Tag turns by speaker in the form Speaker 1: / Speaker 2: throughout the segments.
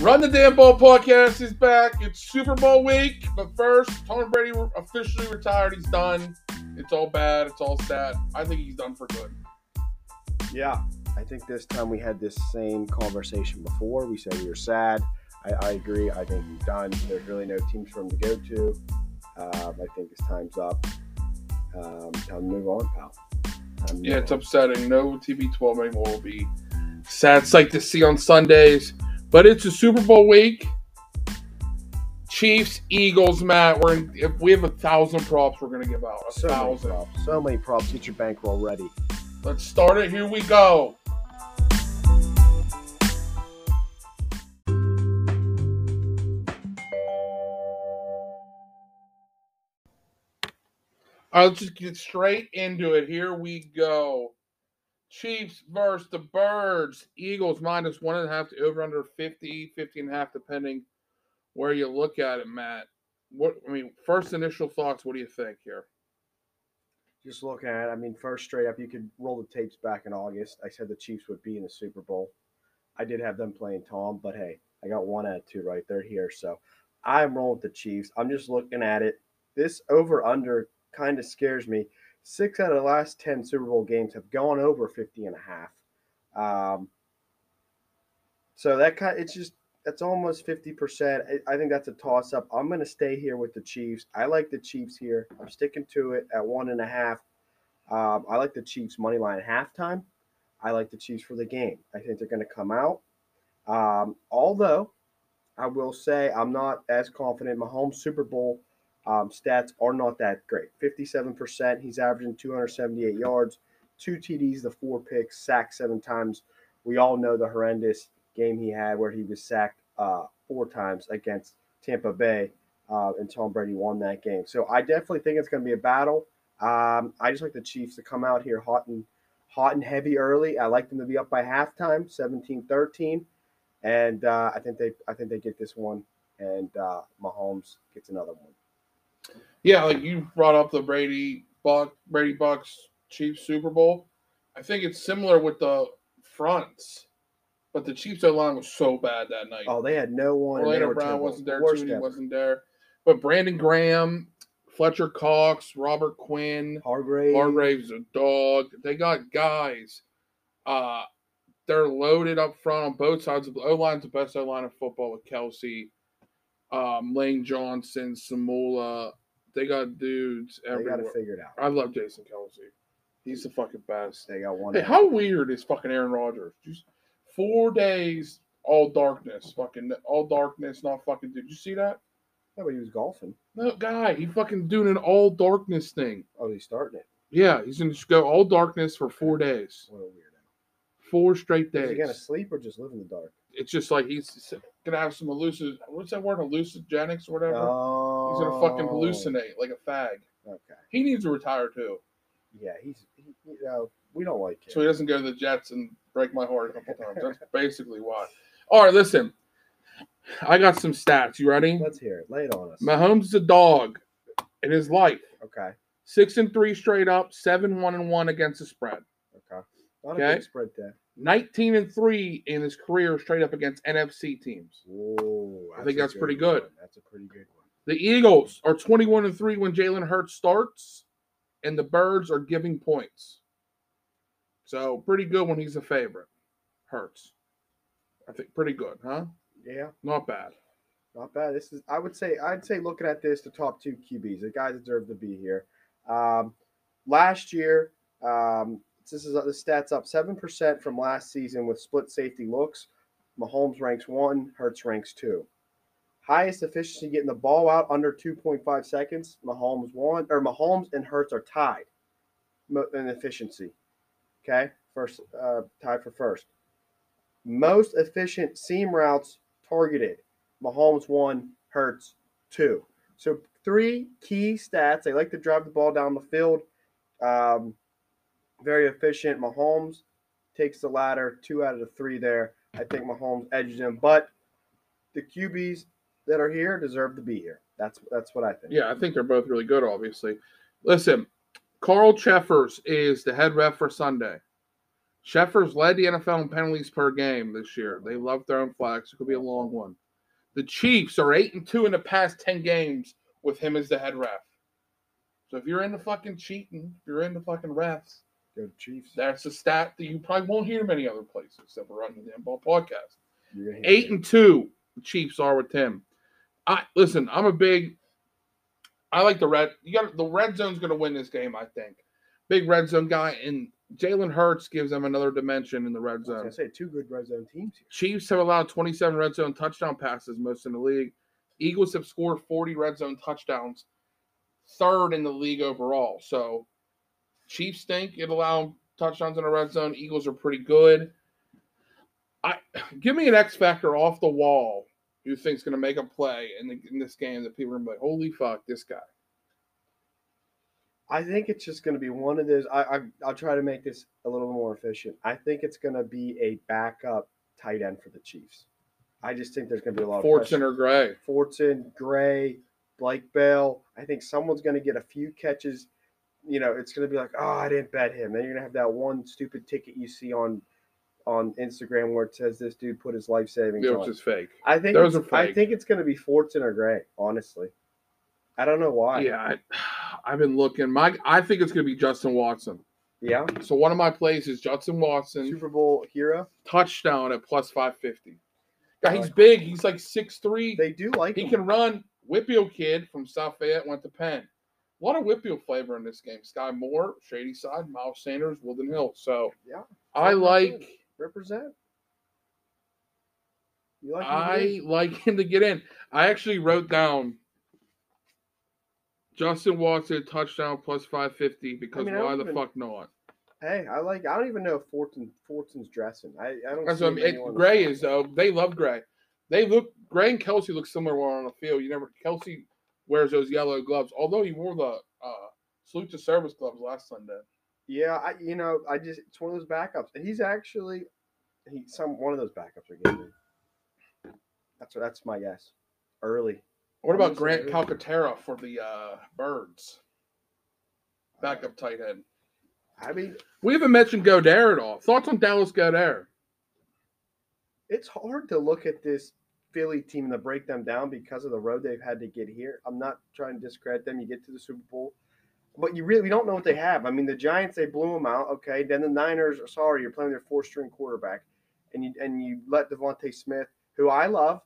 Speaker 1: Run the Damn Ball podcast is back. It's Super Bowl week, but first, Tom Brady re- officially retired. He's done. It's all bad. It's all sad. I think he's done for good.
Speaker 2: Yeah, I think this time we had this same conversation before. We said you're sad. I, I agree. I think he's done. There's really no teams for him to go to. Um, I think his time's up. Um, time to move on, pal. Time to
Speaker 1: Yeah,
Speaker 2: move
Speaker 1: it's
Speaker 2: on.
Speaker 1: upsetting. No TB12 anymore will be sad sight to see on Sundays, but it's a Super Bowl week. Chiefs, Eagles, Matt. We're in, if we have a thousand props, we're gonna give out a
Speaker 2: so many
Speaker 1: thousand.
Speaker 2: props. So many props. Get your bankroll ready.
Speaker 1: Let's start it. Here we go. All right, let's just get straight into it. Here we go. Chiefs versus the Birds. Eagles minus one and a half to over under 50, 50 and a half, depending where you look at it, Matt. What I mean, first initial thoughts, what do you think here?
Speaker 2: Just looking at, it, I mean, first straight up, you could roll the tapes back in August. I said the Chiefs would be in the Super Bowl. I did have them playing Tom, but hey, I got one out of two right. They're here, so I'm rolling with the Chiefs. I'm just looking at it. This over under kind of scares me. Six out of the last ten Super Bowl games have gone over 50 and a half. Um, so that kind, it's just that's almost 50%. I, I think that's a toss up. I'm going to stay here with the Chiefs. I like the Chiefs here. I'm sticking to it at one and a half. Um, I like the Chiefs money line at halftime. I like the Chiefs for the game. I think they're going to come out. Um, although I will say I'm not as confident. Mahomes Super Bowl um, stats are not that great. 57%. He's averaging 278 yards, two TDs, the four picks, sacked seven times. We all know the horrendous game he had where he was sacked uh, four times against Tampa Bay, uh, and Tom Brady won that game. So I definitely think it's going to be a battle. Um, I just like the Chiefs to come out here hot and hot and heavy early. I like them to be up by halftime, 17-13. and uh, I think they I think they get this one, and uh, Mahomes gets another one.
Speaker 1: Yeah, like you brought up the Brady Buck Brady Bucks Chiefs Super Bowl. I think it's similar with the fronts, but the Chiefs O line was so bad that night.
Speaker 2: Oh, they had no one. and they
Speaker 1: Orlando
Speaker 2: were
Speaker 1: Brown
Speaker 2: terrible.
Speaker 1: wasn't there,
Speaker 2: Worst
Speaker 1: Tooney
Speaker 2: ever.
Speaker 1: wasn't there, but Brandon Graham, Fletcher Cox, Robert Quinn,
Speaker 2: Hargrave.
Speaker 1: Hargrave's a dog. They got guys. Uh, they're loaded up front on both sides. of The O line's the best O line in football with Kelsey, um, Lane Johnson, Samula. They got dudes
Speaker 2: They got
Speaker 1: everywhere.
Speaker 2: to figure it out.
Speaker 1: I love Jason Kelsey. He's the fucking best.
Speaker 2: They got one.
Speaker 1: Hey,
Speaker 2: out.
Speaker 1: how weird is fucking Aaron Rodgers? Just four days, all darkness, fucking all darkness, not fucking. Did you see that?
Speaker 2: Yeah, but he was golfing.
Speaker 1: No guy, he fucking doing an all darkness thing.
Speaker 2: Oh, he's starting it.
Speaker 1: Yeah, he's gonna just go all darkness for four days,
Speaker 2: What a weirdo.
Speaker 1: four straight
Speaker 2: Is he
Speaker 1: days.
Speaker 2: gonna sleep or just live in the dark?
Speaker 1: It's just like he's gonna have some hallucin. What's that word? Hallucinogenics or whatever.
Speaker 2: Oh,
Speaker 1: He's gonna fucking hallucinate like a fag.
Speaker 2: Okay.
Speaker 1: He needs to retire too,
Speaker 2: Yeah, he's. He, you know, we don't like him.
Speaker 1: so he doesn't go to the Jets and break my heart a couple times. That's basically why. All right, listen. I got some stats. You ready?
Speaker 2: Let's hear it. Lay it on us.
Speaker 1: Mahomes is a dog in his life.
Speaker 2: okay.
Speaker 1: Six and three straight up, seven one and one against the spread.
Speaker 2: Okay. Not a
Speaker 1: Okay.
Speaker 2: big spread there.
Speaker 1: Nineteen and three in his career straight up against NFC teams.
Speaker 2: Whoa.
Speaker 1: I think
Speaker 2: a
Speaker 1: that's pretty good.
Speaker 2: one. That's a pretty good one.
Speaker 1: The Eagles are twenty one and three when Jalen Hurts starts, and the Birds are giving points. So pretty good when he's a favorite. Hurts, I think pretty good, huh?
Speaker 2: Yeah,
Speaker 1: Not bad.
Speaker 2: not bad. This is. I would say. I'd say looking at this, the top two QBs, the guys deserve to be here. Um, last year, um, this is the stats up seven percent from last season with split safety looks. Mahomes ranks one, Hertz ranks two. Highest efficiency getting the ball out under 2.5 seconds. Mahomes one or Mahomes and Hertz are tied mo- in efficiency. Okay, first uh, tied for first. Most efficient seam routes targeted. Mahomes one, Hertz two. So three key stats. They like to drive the ball down the field. Um, very efficient. Mahomes takes the latter two out of the three there. I think Mahomes edges him, but the QBs that are here deserve to be here. That's that's what I think.
Speaker 1: Yeah, I think they're both really good, obviously. Listen, Carl Cheffers is the head ref for Sunday. Sheffers led the NFL in penalties per game this year. They love throwing flags. It could be a long one. The Chiefs are eight and two in the past ten games with him as the head ref. So if you're into fucking cheating, if you're into fucking refs,
Speaker 2: Go Chiefs.
Speaker 1: that's a stat that you probably won't hear many other places except for on the Damn Ball podcast
Speaker 2: You're gonna hear
Speaker 1: eight
Speaker 2: me.
Speaker 1: and two the Chiefs are with him. I listen. I'm a big. I like the red. You got the red zone's going to win this game. I think. Big red zone guy and Jalen Hurts gives them another dimension in the red
Speaker 2: I was
Speaker 1: zone.
Speaker 2: gonna say two good red zone teams here.
Speaker 1: Chiefs have allowed 27 red zone touchdown passes, most in the league. Eagles have scored 40 red zone touchdowns, third in the league overall. So, Chiefs think it allow touchdowns in the red zone. Eagles are pretty good. I give me an X factor off the wall. Who think's going to make a play in, the, in this game that people are gonna be like, holy fuck, this guy?
Speaker 2: I think it's just going to be one of those. I, I I'll try to make this a little more efficient. I think it's going to be a backup tight end for the Chiefs. I just think there's going to be a lot of
Speaker 1: Fortune
Speaker 2: pressure.
Speaker 1: or Gray?
Speaker 2: Fortson, Gray, Blake Bell. I think someone's going to get a few catches. You know, it's going to be like, oh, I didn't bet him. Then you're going to have that one stupid ticket you see on on Instagram where it says this dude put his life savings
Speaker 1: Yeah,
Speaker 2: on.
Speaker 1: which is fake.
Speaker 2: I think
Speaker 1: those
Speaker 2: it's-
Speaker 1: are
Speaker 2: I
Speaker 1: fake.
Speaker 2: think it's going to be Fortson or Gray. Honestly, I don't know why.
Speaker 1: Yeah, I, I've been looking. My, I think it's going to be Justin Watson.
Speaker 2: yeah.
Speaker 1: So one of my plays is Judson Watson
Speaker 2: Super Bowl hero.
Speaker 1: touchdown at plus five fifty.
Speaker 2: I
Speaker 1: Guy, he's
Speaker 2: like-
Speaker 1: big. He's like six three.
Speaker 2: They do like
Speaker 1: He
Speaker 2: him.
Speaker 1: can run. Whipio kid from South Fayette went to Penn. A lot of Whipio flavor in this game. Sky Moore, Shady Side, Miles Sanders, Wilden Hill. So
Speaker 2: Yeah,
Speaker 1: I
Speaker 2: sounds
Speaker 1: like
Speaker 2: good. represent. You like him, dude?
Speaker 1: I like him to get in. I actually wrote down Justin Watson touchdown plus five fifty because
Speaker 2: mean, I
Speaker 1: why
Speaker 2: don't
Speaker 1: the
Speaker 2: even-
Speaker 1: fuck not?
Speaker 2: Hey, I like. I don't even know if Fortin Fortin's dressing. I, I don't.
Speaker 1: That's
Speaker 2: see
Speaker 1: what I mean.
Speaker 2: him
Speaker 1: It-
Speaker 2: anywhere on the
Speaker 1: Gray
Speaker 2: side.
Speaker 1: is though. They love Gray. They look Gray and Kelsey look similar while on the field. You never Kelsey wears those yellow gloves, although he wore the uh, salute to service gloves last Sunday.
Speaker 2: Yeah, I you know I just it's one of those backups. And He's actually he some one of those backups are getting. in. That's that's my guess. Early.
Speaker 1: What
Speaker 2: I'm
Speaker 1: about
Speaker 2: gonna say
Speaker 1: Grant
Speaker 2: Gray.
Speaker 1: Calcaterra for the uh, Birds? Backup tight end.
Speaker 2: I mean,
Speaker 1: We haven't mentioned Godare at all. Thoughts on Dallas Godare?
Speaker 2: it's hard to look at this Philly team and to break them down because of the road they've had to get here. I'm not trying to discredit them. You get to the Super Bowl, but you really we don't know what they have. I mean, the Giants they blew them out. Okay, then the Niners. Sorry, you're playing their four string quarterback, and you and you let Devontae Smith, who I love,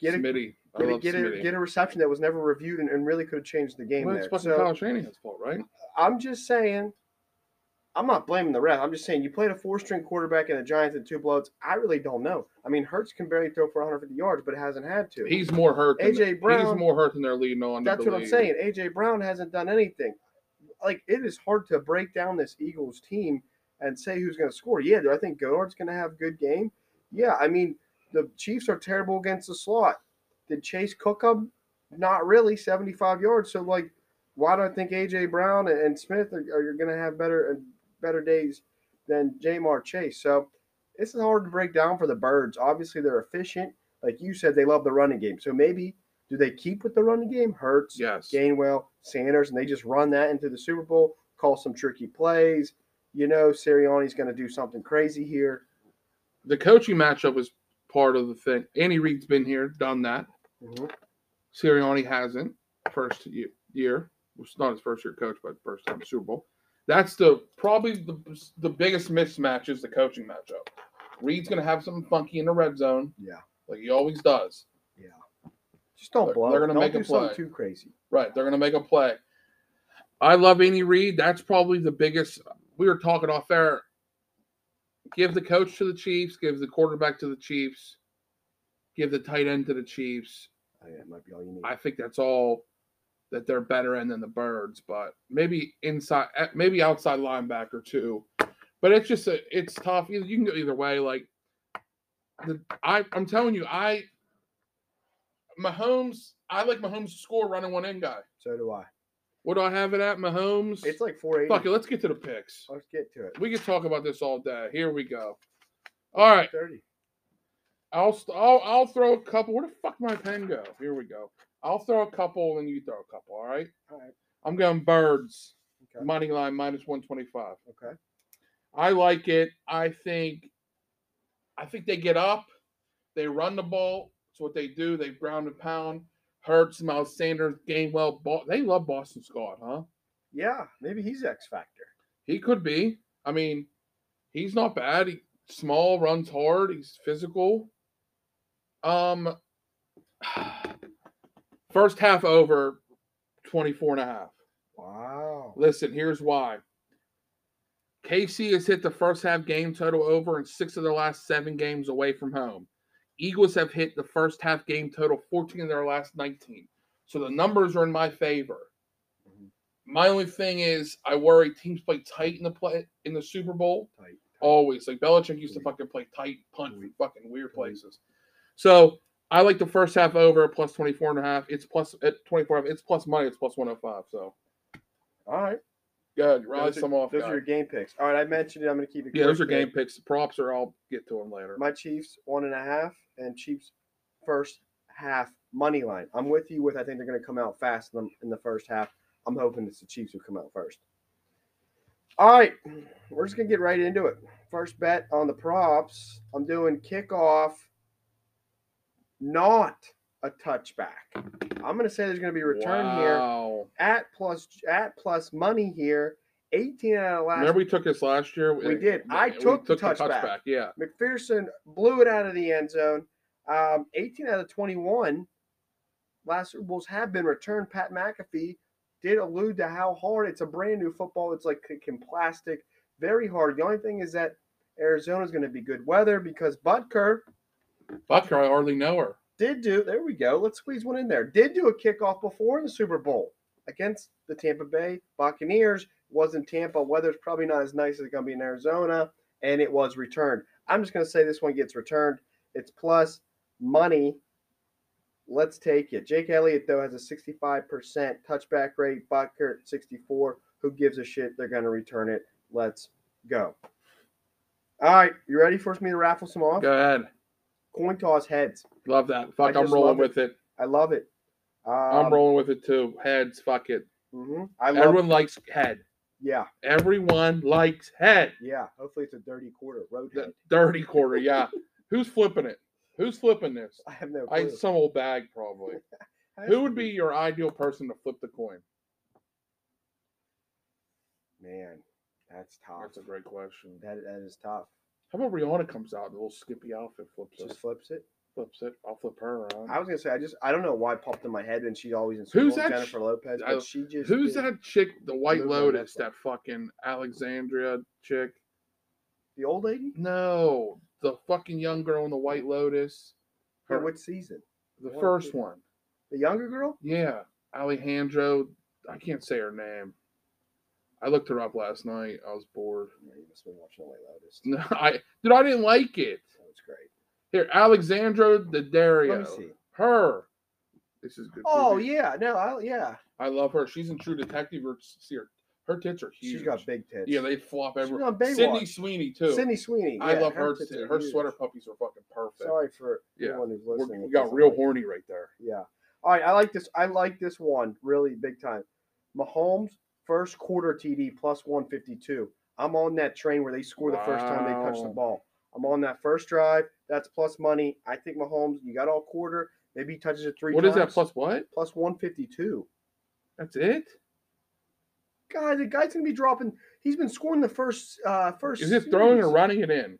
Speaker 2: get a
Speaker 1: Smitty. I
Speaker 2: get a,
Speaker 1: love
Speaker 2: get, a,
Speaker 1: Smitty.
Speaker 2: get a reception that was never reviewed and, and really could have changed the game
Speaker 1: well, it's
Speaker 2: there.
Speaker 1: fucking
Speaker 2: So
Speaker 1: Kyle Shanahan's fault, right?
Speaker 2: I'm just saying, I'm not blaming the ref. I'm just saying you played a four-string quarterback and the Giants in two blowouts. I really don't know. I mean, Hertz can barely throw for 150 yards, but hasn't had to.
Speaker 1: He's more hurt. Than
Speaker 2: A.J.
Speaker 1: the-
Speaker 2: Brown-
Speaker 1: He's more hurt than they're leading on. to
Speaker 2: That's
Speaker 1: the
Speaker 2: what I'm
Speaker 1: league.
Speaker 2: saying. AJ Brown hasn't done anything. Like it is hard to break down this Eagles team and say who's going to score. Yeah, do I think Goddard's going to have a good game? Yeah, I mean the Chiefs are terrible against the slot. Did Chase cook them? Not really. 75 yards. So like, why do I think AJ Brown and- and Smith are, are going to have better and better days than Jamar Chase? So this is hard to break down for the Birds. Obviously, they're efficient. Like you said, they love the running game. So maybe do they keep with the running game? Hurts,
Speaker 1: Yes.
Speaker 2: Gainwell, Sanders, and they just run that into the Super Bowl, call some tricky plays. You know, Sirianni's going to do something crazy here.
Speaker 1: the coaching matchup is part of the thing. Andy Reid's been here, done that. Mm-hmm. Sirianni hasn't. First ye- year, which is not his first year coach, but first time Super Bowl. That's the probably the the biggest mismatch is the coaching matchup. Reed's gonna have something funky in the red zone,
Speaker 2: Yeah,
Speaker 1: like he always does.
Speaker 2: just don't
Speaker 1: They're-
Speaker 2: blow.
Speaker 1: they're
Speaker 2: it.
Speaker 1: gonna
Speaker 2: Don't
Speaker 1: make
Speaker 2: do
Speaker 1: a
Speaker 2: something
Speaker 1: play.
Speaker 2: too crazy.
Speaker 1: Right, they're gonna make a play. I love Andy Reid. That's probably the biggest. We were talking off air. Give the coach to the Chiefs. Give the quarterback to the Chiefs. Give the tight end to the Chiefs.
Speaker 2: Oh, yeah, it might be all you need.
Speaker 1: I think that's all that they're better in than the Birds, but maybe inside, eh, maybe outside linebacker too. But it's just a, it's tough. You you can go either way. Like, the, I I'm telling you, I Mahomes, I like Mahomes to score running one in guy.
Speaker 2: so do I.
Speaker 1: What do I have it at? Mahomes.
Speaker 2: It's like 480.
Speaker 1: Fuck it. Let's get to the picks.
Speaker 2: Let's get to it.
Speaker 1: We could talk about this all day. Here we go. All right.
Speaker 2: 30.
Speaker 1: I'll, st- I'll I'll throw a couple. Where the fuck my pen go? Here we go. I'll throw a couple and you throw a couple. All right.
Speaker 2: All right.
Speaker 1: I'm going birds
Speaker 2: Okay.
Speaker 1: money line minus one twenty five.
Speaker 2: Okay.
Speaker 1: I like it. I think I think they get up, they run the ball. That's what they do. They ground and pound. Hurts, Miles Sanders, Gainwell. Ball. They love Boston Scott, huh?
Speaker 2: Yeah, maybe he's X factor.
Speaker 1: He could be. I mean, he's not bad. He small, runs hard. He's physical. Um, first half over 24 and a half.
Speaker 2: Wow.
Speaker 1: Listen, here's why. KC has hit the first half game total over in six of their last seven games away from home. Eagles have hit the first half game total 14 of their last 19. So the numbers are in my favor.
Speaker 2: Mhm.
Speaker 1: My only thing is I worry teams play tight in the play in the Super Bowl.
Speaker 2: Tight, tight.
Speaker 1: Always. Like Belichick used to
Speaker 2: Mhm.
Speaker 1: fucking play tight, punt from
Speaker 2: Mhm.
Speaker 1: fucking weird
Speaker 2: Mhm.
Speaker 1: places. So I like the first half over plus 24 and a half. It's plus at 24 and a half, It's plus money. It's plus 105. So
Speaker 2: All right.
Speaker 1: good. Rally
Speaker 2: Those are-
Speaker 1: some off.
Speaker 2: Those
Speaker 1: guy.
Speaker 2: are your game picks. All right, I mentioned it. I'm going to keep it.
Speaker 1: Yeah, those are
Speaker 2: quick.
Speaker 1: game picks. The props are. I'll get to them later.
Speaker 2: My Chiefs one and a half, and Chiefs first half money line. I'm with you with. I think they're going to come out fast in the, in the first half. I'm hoping it's the Chiefs who come out first. All right, we're just going to get right into it. First bet on the props. I'm doing kickoff, not a touchback. I'm going to say there's going to be a return here
Speaker 1: Wow.
Speaker 2: at plus at plus money here. 18 out of the last.
Speaker 1: Remember we took this last year.
Speaker 2: We did. I took the touchback.
Speaker 1: Yeah.
Speaker 2: McPherson blew it out of the end zone. Um, 18 out of 21 last Super Bowls have been returned. Pat McAfee did allude to how hard it's a brand new football. It's like kicking plastic, very hard. The only thing is that Arizona's going to be good weather because Butker
Speaker 1: Bucker, I hardly know her.
Speaker 2: did do. There we go. Let's squeeze one in there. Did do a kickoff before in the Super Bowl against the Tampa Bay Buccaneers. It was in Tampa. Weather's probably not as nice as it's going to be in Arizona, and it was returned. I'm just going to say this one gets returned. It's plus money. Let's take it. Jake Elliott though has a 65% touchback rate. Butker at 64. Who gives a shit? They're going to return it. Let's go. All right, you ready for me to raffle some off?
Speaker 1: Go ahead.
Speaker 2: Coin toss heads.
Speaker 1: Love that. Fuck,
Speaker 2: I
Speaker 1: I'm
Speaker 2: just
Speaker 1: rolling
Speaker 2: love it.
Speaker 1: with it.
Speaker 2: I love it. Um,
Speaker 1: I'm rolling with it too. Heads. Fuck it.
Speaker 2: mhm. I love.
Speaker 1: Everyone likes head.
Speaker 2: yeah,
Speaker 1: Everyone likes head.
Speaker 2: yeah. Hopefully, it's a dirty quarter. Roadhead.
Speaker 1: The dirty quarter. Yeah. Who's flipping it? Who's flipping this?
Speaker 2: I have no
Speaker 1: I
Speaker 2: clue.
Speaker 1: some old bag probably.
Speaker 2: Has
Speaker 1: Who
Speaker 2: to
Speaker 1: would be your ideal person to flip the coin?
Speaker 2: Man, that's tough.
Speaker 1: That's a great question.
Speaker 2: That that is tough.
Speaker 1: How about Rihanna comes out, the little skippy outfit flips it.
Speaker 2: Just flips it.
Speaker 1: flips it. I'll flip her around.
Speaker 2: I was gonna say I just I don't know why it popped in my head, and she's always in
Speaker 1: Who's
Speaker 2: school,
Speaker 1: that
Speaker 2: Jennifer Lopez,
Speaker 1: I-
Speaker 2: but she just
Speaker 1: Who's
Speaker 2: did-
Speaker 1: that chick, the White
Speaker 2: Moving on
Speaker 1: Lotus,
Speaker 2: that
Speaker 1: that fucking Alexandria chick?
Speaker 2: The old lady.
Speaker 1: No, the fucking young girl in the White Lotus.
Speaker 2: Or
Speaker 1: Her-
Speaker 2: what season?
Speaker 1: the
Speaker 2: what
Speaker 1: first
Speaker 2: chick?
Speaker 1: one.
Speaker 2: The younger girl.
Speaker 1: Yeah, Alejandro. I can't say her name. I looked her up last night. I was bored.
Speaker 2: Yeah, you must have been watching The White Lotus.
Speaker 1: No, I dude, I didn't like it.
Speaker 2: That was great.
Speaker 1: Here, Alexandro
Speaker 2: Let me
Speaker 1: Daddario.
Speaker 2: see.
Speaker 1: Her. This is good.
Speaker 2: Oh
Speaker 1: TV.
Speaker 2: yeah, no, I, yeah.
Speaker 1: I love her. She's in True Detective. Her, see her, her tits are huge.
Speaker 2: She's got big tits.
Speaker 1: yeah, they flop
Speaker 2: She was
Speaker 1: everywhere.
Speaker 2: on
Speaker 1: Sydney
Speaker 2: Baywatch.
Speaker 1: Sweeney too.
Speaker 2: Sydney Sweeney.
Speaker 1: I
Speaker 2: yeah,
Speaker 1: love her.
Speaker 2: tits are
Speaker 1: Her
Speaker 2: huge.
Speaker 1: sweater puppies are fucking perfect.
Speaker 2: Sorry for
Speaker 1: Yeah.
Speaker 2: anyone who's
Speaker 1: We're-
Speaker 2: listening.
Speaker 1: we
Speaker 2: that
Speaker 1: got
Speaker 2: doesn't
Speaker 1: real
Speaker 2: like-
Speaker 1: horny right there.
Speaker 2: Yeah. All right. I like this. I like this one really big time. Mahomes first quarter TD plus 152. I'm on that train where they score the first time they touch the
Speaker 1: Wow.
Speaker 2: ball. I'm on that first drive. That's plus money. I think Mahomes. You got all quarter. Maybe he touches it three.
Speaker 1: What is
Speaker 2: times.
Speaker 1: that? Plus what?
Speaker 2: Plus 152.
Speaker 1: That's it.
Speaker 2: God, the guy's gonna be dropping. He's been scoring the first uh first.
Speaker 1: Is it throwing or
Speaker 2: series.
Speaker 1: running it in?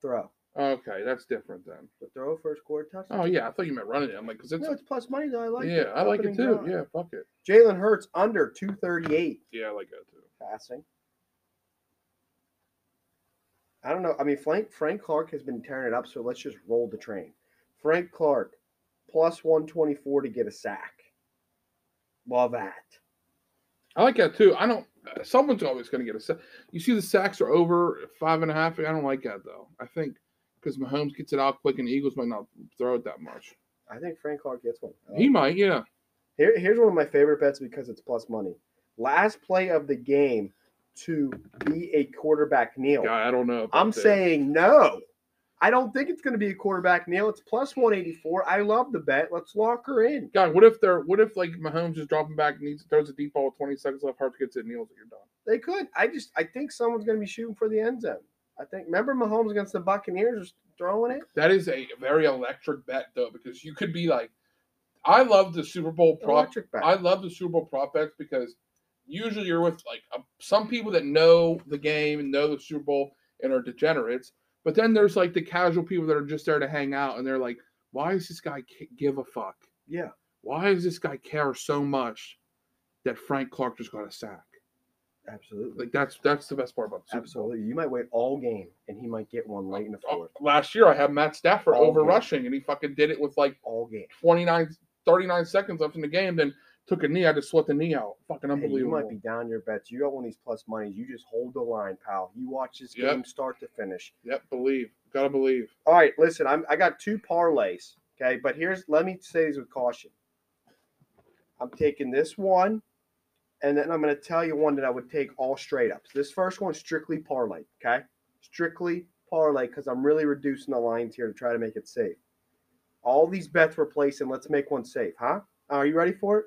Speaker 2: Throw.
Speaker 1: Okay, that's different then.
Speaker 2: The throw first quarter touchdown.
Speaker 1: Oh yeah, I thought you meant running it. I'm like, cause it's
Speaker 2: No, it's plus money though. I like
Speaker 1: yeah,
Speaker 2: it.
Speaker 1: I like it
Speaker 2: Opening
Speaker 1: too.
Speaker 2: drive.
Speaker 1: Yeah, fuck it.
Speaker 2: Jalen Hurts under 238.
Speaker 1: Yeah, I like that too.
Speaker 2: passing. I don't know. I mean, Frank Frank Clark has been tearing it up, so let's just roll the train. Frank Clark plus one twenty four to get a sack. Love that.
Speaker 1: I like that too. I don't. uh, Someone's always going to get a sack. You see, the sacks are over five and a half. I don't like that though. I think because Mahomes gets it out quick, and the Eagles might not throw it that much.
Speaker 2: I think Frank Clark gets one. I like
Speaker 1: He might. Yeah.
Speaker 2: Here, here's one of my favorite bets because it's plus money. Last play of the game to be a quarterback kneel.
Speaker 1: God, I don't know. about
Speaker 2: I'm
Speaker 1: this.
Speaker 2: saying no. I don't think it's going to be a quarterback, Neil. It's plus 184. I love the bet. Let's lock her in.
Speaker 1: God, what if they're what if like Mahomes is dropping back, needs throws a deep ball with 20 seconds left, Hart gets it, kneels, you're done.
Speaker 2: They could. I just I think someone's going to be shooting for the end zone. I think. Remember Mahomes against the Buccaneers was throwing it.
Speaker 1: That is a very electric bet though, because you could be like, I love the Super Bowl prop.
Speaker 2: Electric back.
Speaker 1: I love the Super Bowl prop bets because usually you're with like a, some people that know the game and know the Super Bowl and are degenerates. But then there's like the casual people that are just there to hang out and they're like, why does this guy ca- give a fuck?
Speaker 2: yeah.
Speaker 1: Why does this guy care so much that Frank Clark just got a sack?
Speaker 2: Absolutely.
Speaker 1: Like that's that's the best part about the Super Bowl.
Speaker 2: Absolutely. You might wait all game and he might get one late in the
Speaker 1: Oh,
Speaker 2: fourth.
Speaker 1: last year I had Matt Stafford
Speaker 2: Oh,
Speaker 1: over
Speaker 2: yeah.
Speaker 1: rushing and he fucking did it with like
Speaker 2: All game.
Speaker 1: 29 39 seconds left in the game then took a knee I just sweat the knee out fucking
Speaker 2: Hey, you
Speaker 1: unbelievable
Speaker 2: might be down your bets. You got one of these plus monies. You just hold the line, pal. You watch this
Speaker 1: Yep.
Speaker 2: game start to finish.
Speaker 1: yep believe gotta believe
Speaker 2: All right, listen, I'm I got two parlays. Okay, but here's let me say this with caution. I'm taking this one, and then I'm gonna tell you one that I would take all straight ups. This first one's strictly parlay, okay? Strictly parlay, because I'm really reducing the lines here to try to make it safe. All these bets we're placing, let's make one safe, huh? Uh, Are you ready for it?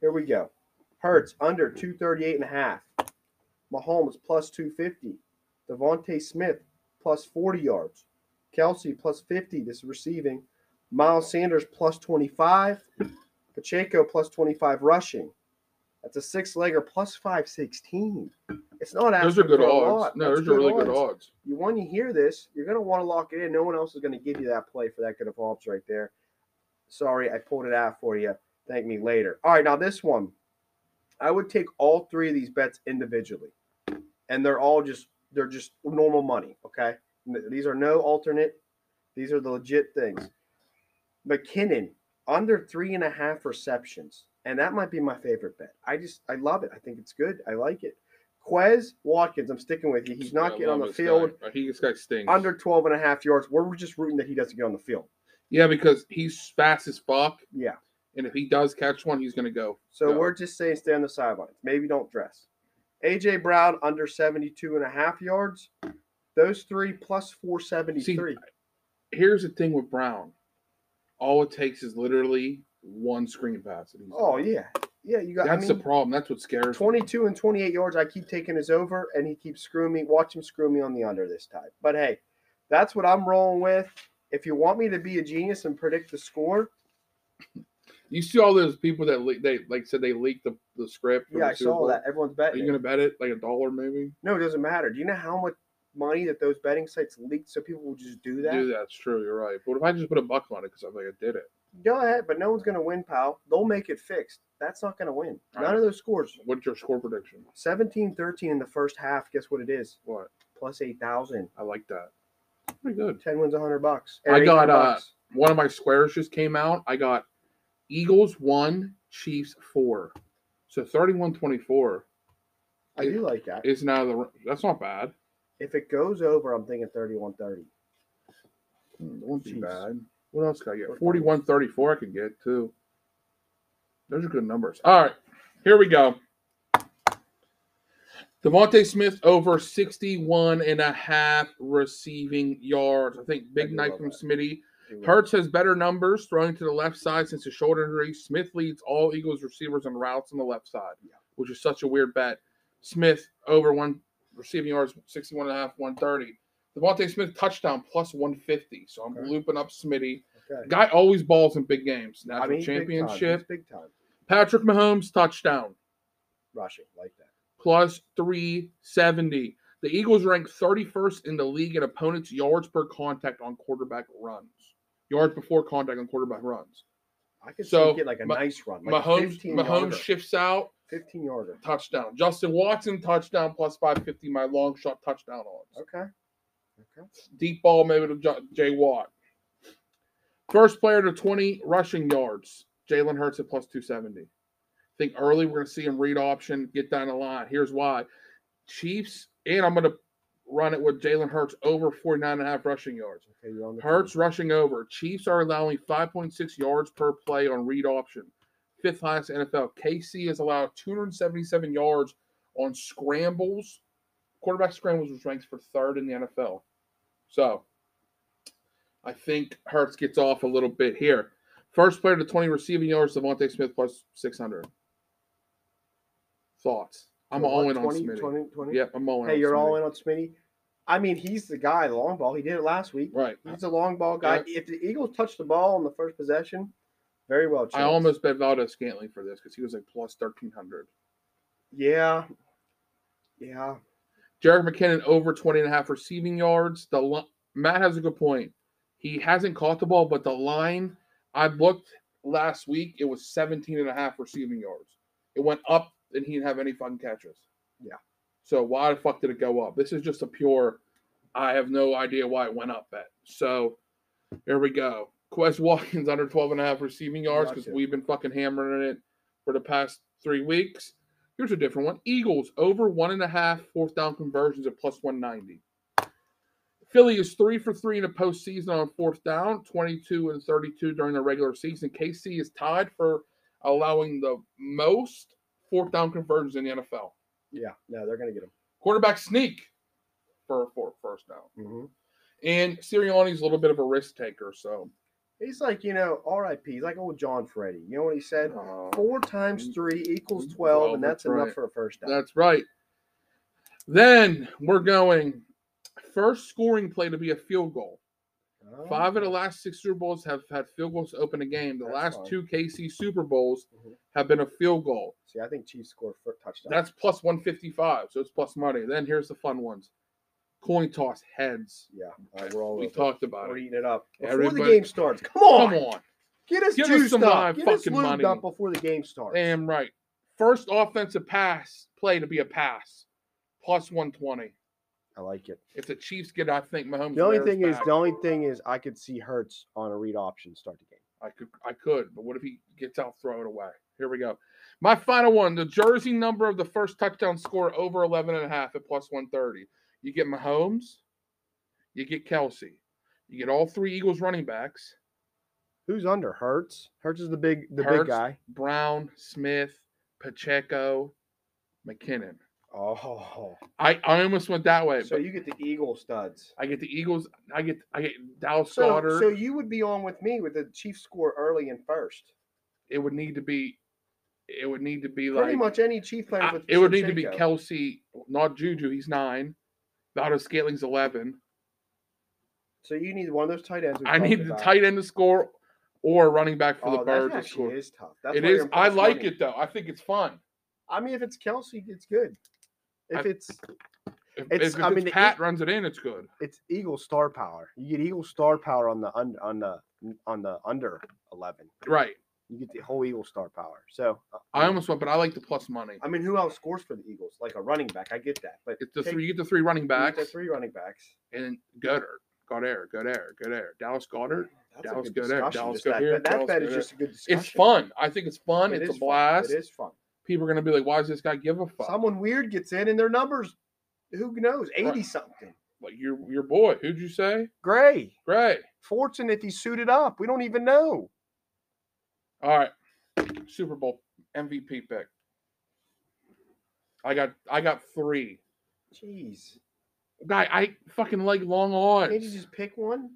Speaker 2: Here we go. Hertz under 238 and a half. Mahomes plus 250. Devontae Smith plus 40 yards. Kelsey plus 50. This is receiving. Miles Sanders plus 25. Pacheco plus 25 rushing. That's a six legger plus 516. It's not
Speaker 1: those are
Speaker 2: asking
Speaker 1: good
Speaker 2: for a
Speaker 1: odds
Speaker 2: lot.
Speaker 1: no
Speaker 2: That's
Speaker 1: those are really good odds
Speaker 2: you when you hear this, you're gonna want to lock it in. No one else is gonna give you that play for that good of odds right there. Sorry, I pulled it out for you. Thank me later. All right, now this one, I would take all three of these bets individually, and they're all just they're just normal money. Okay, N- these are no alternate. These are the legit things. McKinnon under three and a half receptions, and that might be my favorite bet. I just I love it. I think it's good. I like it. Quez Watkins, I'm sticking with you. He's not
Speaker 1: I
Speaker 2: getting on
Speaker 1: love
Speaker 2: the
Speaker 1: this guy.
Speaker 2: field
Speaker 1: Uh, he this guy stinks
Speaker 2: under 12 and a half yards. We're just rooting that he doesn't get on the field.
Speaker 1: yeah because he's fast as fuck
Speaker 2: Yeah.
Speaker 1: and if he does catch one he's gonna go
Speaker 2: So
Speaker 1: Yeah.
Speaker 2: we're just saying stay on the sidelines. Maybe don't dress. AJ Brown under 72 and a half yards. Those three plus 473.
Speaker 1: here's the thing with Brown all it takes is literally one screen pass and he's
Speaker 2: oh,
Speaker 1: out.
Speaker 2: yeah. Yeah, you got
Speaker 1: that's
Speaker 2: I
Speaker 1: the
Speaker 2: mean,
Speaker 1: problem that's what scares me.
Speaker 2: 22 and 28 yards. I keep taking his over, and he keeps screwing me. Watch him screw me on the under this time. But hey, that's what I'm rolling with. If you want me to be a genius and predict the score,
Speaker 1: You see all those people that le- they like said they leaked the, the script. for
Speaker 2: yeah,
Speaker 1: the
Speaker 2: I
Speaker 1: Super
Speaker 2: saw
Speaker 1: Bowl.
Speaker 2: that. Everyone's
Speaker 1: Are
Speaker 2: betting.
Speaker 1: you
Speaker 2: it.
Speaker 1: gonna bet it like a dollar maybe?
Speaker 2: No, it doesn't matter. Do you know how much money that those betting sites leaked so people will just do that?
Speaker 1: Dude, that's true. You're right. But what if I just put a buck on it because I like I did it?
Speaker 2: Go ahead, but no one's going to win, pal. They'll make it fixed. That's not going to win.
Speaker 1: All
Speaker 2: None
Speaker 1: right.
Speaker 2: of those scores.
Speaker 1: What's your score prediction?
Speaker 2: 17 13 in the first half. Guess what it is?
Speaker 1: What?
Speaker 2: Plus 8,000.
Speaker 1: I like that. Pretty good.
Speaker 2: 10 wins 100 bucks.
Speaker 1: I got,
Speaker 2: 800
Speaker 1: uh,
Speaker 2: bucks.
Speaker 1: One of my squares just came out. I got Eagles one, Chiefs four. So 31-24
Speaker 2: I do like that.
Speaker 1: isn't out of the. r- That's not bad.
Speaker 2: If it goes over, I'm thinking 31 30.
Speaker 1: Hmm, that won't be
Speaker 2: Chiefs.
Speaker 1: bad. What else can I get?
Speaker 2: What-
Speaker 1: 41-34 I can get too. Those are good numbers. All right, here we go. Devontae Smith over 61 and a half receiving yards. I think
Speaker 2: I
Speaker 1: big
Speaker 2: do
Speaker 1: night
Speaker 2: love
Speaker 1: from
Speaker 2: that.
Speaker 1: Smitty. Hertz has better numbers throwing to the left side since his shoulder injury. Smith leads all Eagles receivers on routes on the left side,
Speaker 2: Yeah.
Speaker 1: which is such a weird bet. Smith over one receiving yards, 61 and a half, 130. Devontae Smith touchdown plus 150. So I'm
Speaker 2: Okay.
Speaker 1: looping up Smitty.
Speaker 2: Okay.
Speaker 1: Guy always balls in big games. National
Speaker 2: I mean,
Speaker 1: championship.
Speaker 2: Big time. He's big time.
Speaker 1: Patrick Mahomes touchdown
Speaker 2: Rushing like that.
Speaker 1: plus 370. The Eagles rank 31st in the league in opponents' yards per contact on quarterback runs. Yards before contact on quarterback runs.
Speaker 2: I could
Speaker 1: So,
Speaker 2: see him get like a
Speaker 1: Ma-
Speaker 2: nice run. Like a
Speaker 1: Mahomes
Speaker 2: 15
Speaker 1: Mahomes
Speaker 2: yarder.
Speaker 1: shifts out,
Speaker 2: 15 yarder.
Speaker 1: touchdown. Justin Watson touchdown plus 550 my long shot touchdown odds.
Speaker 2: Okay. Okay.
Speaker 1: Deep ball maybe to J- Jay Watt. First player to 20 rushing yards. Jalen Hurts at plus 270. I think early we're going to see him read option, get down the line. Here's why. Chiefs, and I'm going to run it with Jalen Hurts over 49 and a half rushing yards.
Speaker 2: Okay. You're on the
Speaker 1: Hurts rushing over. Chiefs are allowing 5.6 yards per play on read option, fifth highest in NFL. KC has allowed 277 yards on scrambles. Quarterback scrambles, which ranks for third in the NFL. So I think Hertz gets off a little bit here. First player to 20 receiving yards, Devontae Smith plus 600. Thoughts? I'm
Speaker 2: What,
Speaker 1: all in on
Speaker 2: 20,
Speaker 1: Smitty.
Speaker 2: 20, 20?
Speaker 1: Yep, I'm all in.
Speaker 2: Hey,
Speaker 1: on
Speaker 2: you're
Speaker 1: Smitty.
Speaker 2: all in on Smitty. I mean, he's the guy, the long ball. He did it last week.
Speaker 1: Right.
Speaker 2: He's a long ball guy. If the Eagles touch the ball on the first possession, very well.
Speaker 1: I
Speaker 2: chanced.
Speaker 1: almost bet Valdez Scantling for this because he was like plus 1300.
Speaker 2: Yeah. Yeah.
Speaker 1: Jarek McKinnon over 20 and a half receiving yards. The li- Matt has a good point. He hasn't caught the ball, but the line I looked last week, it was 17 and a half receiving yards. It went up and he didn't have any fucking catches.
Speaker 2: Yeah.
Speaker 1: So why the fuck did it go up? This is just a pure I have no idea why it went up bet. So here we go. Quest Watkins under 12 and a half receiving yards because
Speaker 2: Gotcha.
Speaker 1: we've been fucking hammering it for the past three weeks. Here's a different one. Eagles over one and a half fourth down conversions at plus 190. Philly is three for three in the postseason on fourth down, 22 and 32 during the regular season. KC is tied for allowing the most fourth down conversions in the NFL.
Speaker 2: Yeah. No, they're going to get him.
Speaker 1: Quarterback sneak for a four, first down.
Speaker 2: Mm-hmm.
Speaker 1: And Sirianni's a little bit of a risk taker, so.
Speaker 2: He's like, you know, RIP. He's like old John Freddy. You know what he said?
Speaker 1: uh,
Speaker 2: Four times three equals 12,
Speaker 1: Mm-hmm.
Speaker 2: and
Speaker 1: Well, that's
Speaker 2: that's enough
Speaker 1: right.
Speaker 2: for a first down.
Speaker 1: That's right. Then we're going first scoring play to be a field goal.
Speaker 2: Oh.
Speaker 1: Five of the last six Super Bowls have had field goals to open a game. The
Speaker 2: That's
Speaker 1: last
Speaker 2: fine.
Speaker 1: two KC Super Bowls
Speaker 2: Mhm.
Speaker 1: have been a field goal.
Speaker 2: See, I think Chiefs scored for touchdown.
Speaker 1: That's plus 155, so it's plus money. Then here's the fun ones coin toss heads.
Speaker 2: yeah. all right, we're all
Speaker 1: we
Speaker 2: over it.
Speaker 1: talked about
Speaker 2: We're
Speaker 1: it.
Speaker 2: eating it up before
Speaker 1: Everybody-
Speaker 2: the game starts. Come on,
Speaker 1: Come on.
Speaker 2: get us
Speaker 1: Give us
Speaker 2: juiced
Speaker 1: some
Speaker 2: up,
Speaker 1: live
Speaker 2: get us
Speaker 1: fucking
Speaker 2: lubed
Speaker 1: money.
Speaker 2: up before the game starts.
Speaker 1: Damn right. First offensive pass play to be a pass, plus 120.
Speaker 2: I like it.
Speaker 1: If the Chiefs get, it, I think Mahomes.
Speaker 2: The only
Speaker 1: rears
Speaker 2: thing is,
Speaker 1: back.
Speaker 2: the only thing is, I could see Hertz on a read option start the game.
Speaker 1: I could, I could, but what if he gets out, throw it away? Here we go. My final one: the jersey number of the first touchdown score over 11 and a half at plus 130. You get Mahomes, you get Kelsey, you get all three Eagles running backs:
Speaker 2: Who's under Hertz? Hertz is the big, the big
Speaker 1: Hurts.
Speaker 2: guy.
Speaker 1: Brown, Smith, Pacheco, McKinnon.
Speaker 2: Oh,
Speaker 1: I, I almost went that way,
Speaker 2: so
Speaker 1: but
Speaker 2: you get the Eagle studs.
Speaker 1: I get the Eagles. I get I get Dallas
Speaker 2: So,
Speaker 1: Goddard.
Speaker 2: so you would be on with me with the Chiefs score early and first.
Speaker 1: it would need to be, it would need to be
Speaker 2: Pretty
Speaker 1: like
Speaker 2: much any Chief player
Speaker 1: I-
Speaker 2: with
Speaker 1: it would need to be
Speaker 2: Pacheco.
Speaker 1: Kelsey, not Juju. He's nine. Valdez Scaling's eleven.
Speaker 2: So you need one of those tight ends. we
Speaker 1: I
Speaker 2: talked
Speaker 1: need the
Speaker 2: about.
Speaker 1: tight end to score or a running back for
Speaker 2: Oh,
Speaker 1: the
Speaker 2: that
Speaker 1: Birds to
Speaker 2: actually
Speaker 1: score.
Speaker 2: is tough. That's
Speaker 1: It
Speaker 2: why you're
Speaker 1: is.
Speaker 2: in
Speaker 1: I
Speaker 2: plus
Speaker 1: like
Speaker 2: money.
Speaker 1: it though. I think it's fun.
Speaker 2: I mean, if it's Kelsey, it's good. If
Speaker 1: I-
Speaker 2: it's
Speaker 1: If,
Speaker 2: It's-
Speaker 1: if, if
Speaker 2: I
Speaker 1: it's
Speaker 2: mean, the
Speaker 1: Pat
Speaker 2: Eag-
Speaker 1: runs it in, it's good.
Speaker 2: it's Eagle star power. You get Eagle star power on the un, on the on the under eleven.
Speaker 1: Right.
Speaker 2: You get the whole Eagle star power. So uh,
Speaker 1: I almost went, but I like the plus money.
Speaker 2: I mean, who else scores for the Eagles? Like a running back, I get that. But
Speaker 1: It's the
Speaker 2: take-
Speaker 1: three. You get the three running
Speaker 2: you get
Speaker 1: backs
Speaker 2: the three running backs.
Speaker 1: and Goddard, Goddard, Goddard, Goddard, Dallas Goddard.
Speaker 2: That's
Speaker 1: Dallas
Speaker 2: a good
Speaker 1: go there,
Speaker 2: discussion.
Speaker 1: Dallas
Speaker 2: Just
Speaker 1: go
Speaker 2: that
Speaker 1: here,
Speaker 2: bet- that
Speaker 1: Dallas
Speaker 2: bet
Speaker 1: go
Speaker 2: is
Speaker 1: there.
Speaker 2: just a good discussion.
Speaker 1: It's fun. I think it's fun.
Speaker 2: It
Speaker 1: it's a
Speaker 2: is fun.
Speaker 1: blast.
Speaker 2: It is fun.
Speaker 1: People are gonna be like, "Why does this guy give a fuck?"
Speaker 2: Someone weird gets in, and their numbers, who knows, eighty
Speaker 1: Right.
Speaker 2: something.
Speaker 1: Like your your boy. Who'd you say?
Speaker 2: Gray,
Speaker 1: Great.
Speaker 2: Fortune, if he's suited up, we don't even know.
Speaker 1: All right. Super Bowl MVP pick. I got I got three.
Speaker 2: Jeez.
Speaker 1: Guy, I fucking like long
Speaker 2: Can't you
Speaker 1: odds.
Speaker 2: just pick one?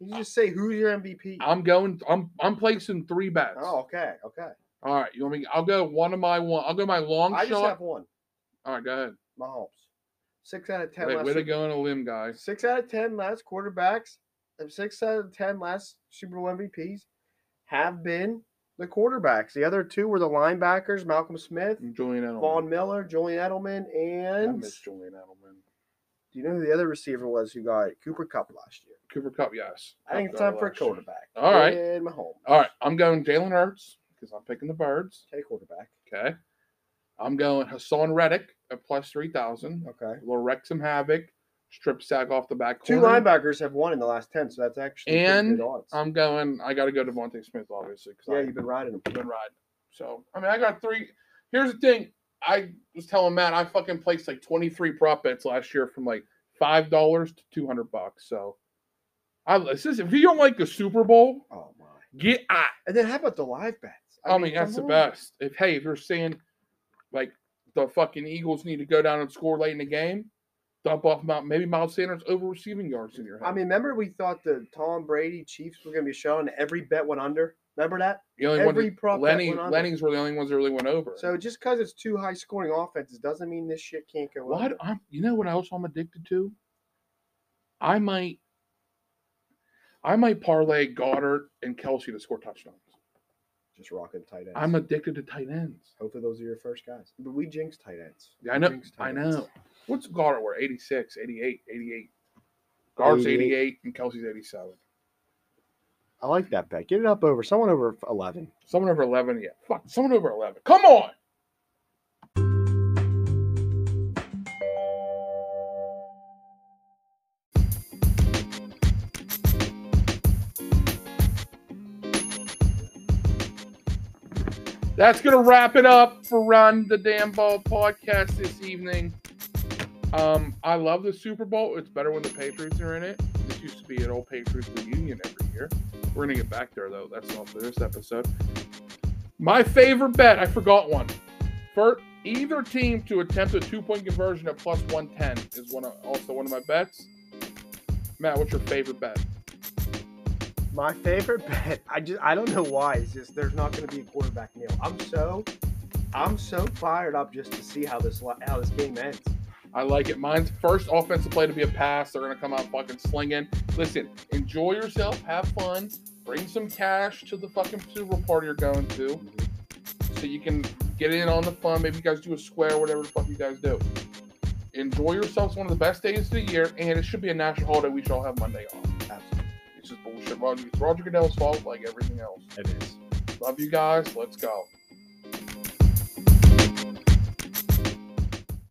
Speaker 2: You just say who's your MVP.
Speaker 1: I'm going I'm I'm placing three bets.
Speaker 2: Oh, okay, okay.
Speaker 1: All right. You want me I'll go one of my one I'll go my long
Speaker 2: I just
Speaker 1: shot.
Speaker 2: have one.
Speaker 1: All right, go ahead.
Speaker 2: Mahomes, six out of ten.
Speaker 1: Wait,
Speaker 2: last
Speaker 1: way to
Speaker 2: Sup-
Speaker 1: go on a limb, guys.
Speaker 2: Six out of ten last quarterbacks and six out of ten last Super Bowl MVPs have been the quarterbacks. The other two were the linebackers: Malcolm Smith,
Speaker 1: Julian Edelman.
Speaker 2: Vaughn Miller, Julian Edelman,
Speaker 1: Mm-hmm. I
Speaker 2: and
Speaker 1: miss Julian Edelman.
Speaker 2: do you know who the other receiver was who got it? Cooper Cup last year?
Speaker 1: Cooper Cup, yes.
Speaker 2: I think
Speaker 1: Cup
Speaker 2: it's
Speaker 1: got
Speaker 2: time for a
Speaker 1: last year.
Speaker 2: quarterback.
Speaker 1: All right.
Speaker 2: and Mahomes.
Speaker 1: All right. I'm going Jalen Hurts because I'm picking the birds.
Speaker 2: Okay, quarterback.
Speaker 1: Okay. I'm going Hassan Reddick at plus three thousand.
Speaker 2: Okay.
Speaker 1: will wreck some havoc, strip sack off the back
Speaker 2: Two
Speaker 1: corner.
Speaker 2: linebackers have won in the last ten, so that's actually pretty
Speaker 1: And,
Speaker 2: good odds.
Speaker 1: I'm going. I got to go Devontae Smith, obviously,
Speaker 2: yeah,
Speaker 1: because
Speaker 2: you've been riding them.
Speaker 1: I've been riding. So I mean, I got three. Here's the thing. I was telling Matt I fucking placed like 23 prop bets last year from like five dollars to 200 bucks. So I this is if you don't like the Super Bowl,
Speaker 2: Oh my!
Speaker 1: get out.
Speaker 2: And then how about the live bets?
Speaker 1: I, mean, that's the
Speaker 2: come on.
Speaker 1: best. If hey, if you're saying like the fucking Eagles need to go down and score late in the game, dump off Mount, maybe Miles Sanders over receiving yards in your head.
Speaker 2: I mean, remember we thought the Tom Brady Chiefs were going to be showing every bet went under. Remember that?
Speaker 1: the only one
Speaker 2: Every
Speaker 1: that,
Speaker 2: prop
Speaker 1: Lenny,
Speaker 2: bet went under.
Speaker 1: Lenny's were the only ones that really went over.
Speaker 2: So just because it's two high scoring offenses doesn't mean this shit can't go.
Speaker 1: Why?
Speaker 2: under.
Speaker 1: do- I'm, you know what else I'm addicted to? I might, I might parlay Goddard and Kelsey to score touchdowns.
Speaker 2: Just rocking tight ends.
Speaker 1: I'm addicted to tight ends.
Speaker 2: Hopefully those are your first guys. But we jinx tight ends.
Speaker 1: Yeah, I
Speaker 2: We
Speaker 1: know.
Speaker 2: jinx tight
Speaker 1: I
Speaker 2: ends.
Speaker 1: know. What's Goddard? We're 86, 88, 88. Goddard's
Speaker 2: 88.
Speaker 1: 88 and Kelsey's 87.
Speaker 2: I like that bet. Get it up over someone over eleven.
Speaker 1: Someone over 11, yeah. Fuck, someone over 11. Come on. That's gonna wrap it up for Run the Damn Ball podcast this evening. Um, I love the Super Bowl. It's better when the Patriots are in it. This used to be an old Patriots reunion every year. We're gonna get back there though. That's not for this episode. My favorite bet, I forgot one. For either team to attempt a two-point conversion at plus one ten is one of, also one of my bets. Matt, what's your favorite bet?
Speaker 2: My favorite bet. I just I don't know why. It's just there's not going to be a quarterback meal. I'm so I'm so fired up just to see how this li- how this game ends.
Speaker 1: I like it. Mine's first offensive play to be a pass. They're gonna come out fucking slinging. Listen, enjoy yourself, have fun, bring some cash to the fucking Super Bowl party you're going to, so you can get in on the fun. Maybe you guys do a square, whatever the fuck you guys do. Enjoy yourself. It's one of the best days of the year, and it should be a national holiday. We should all have Monday off.
Speaker 2: Absolutely,
Speaker 1: It's just bullshit. Roger, it's Roger Goodell's fault, like everything else.
Speaker 2: it is.
Speaker 1: Love you guys. Let's go.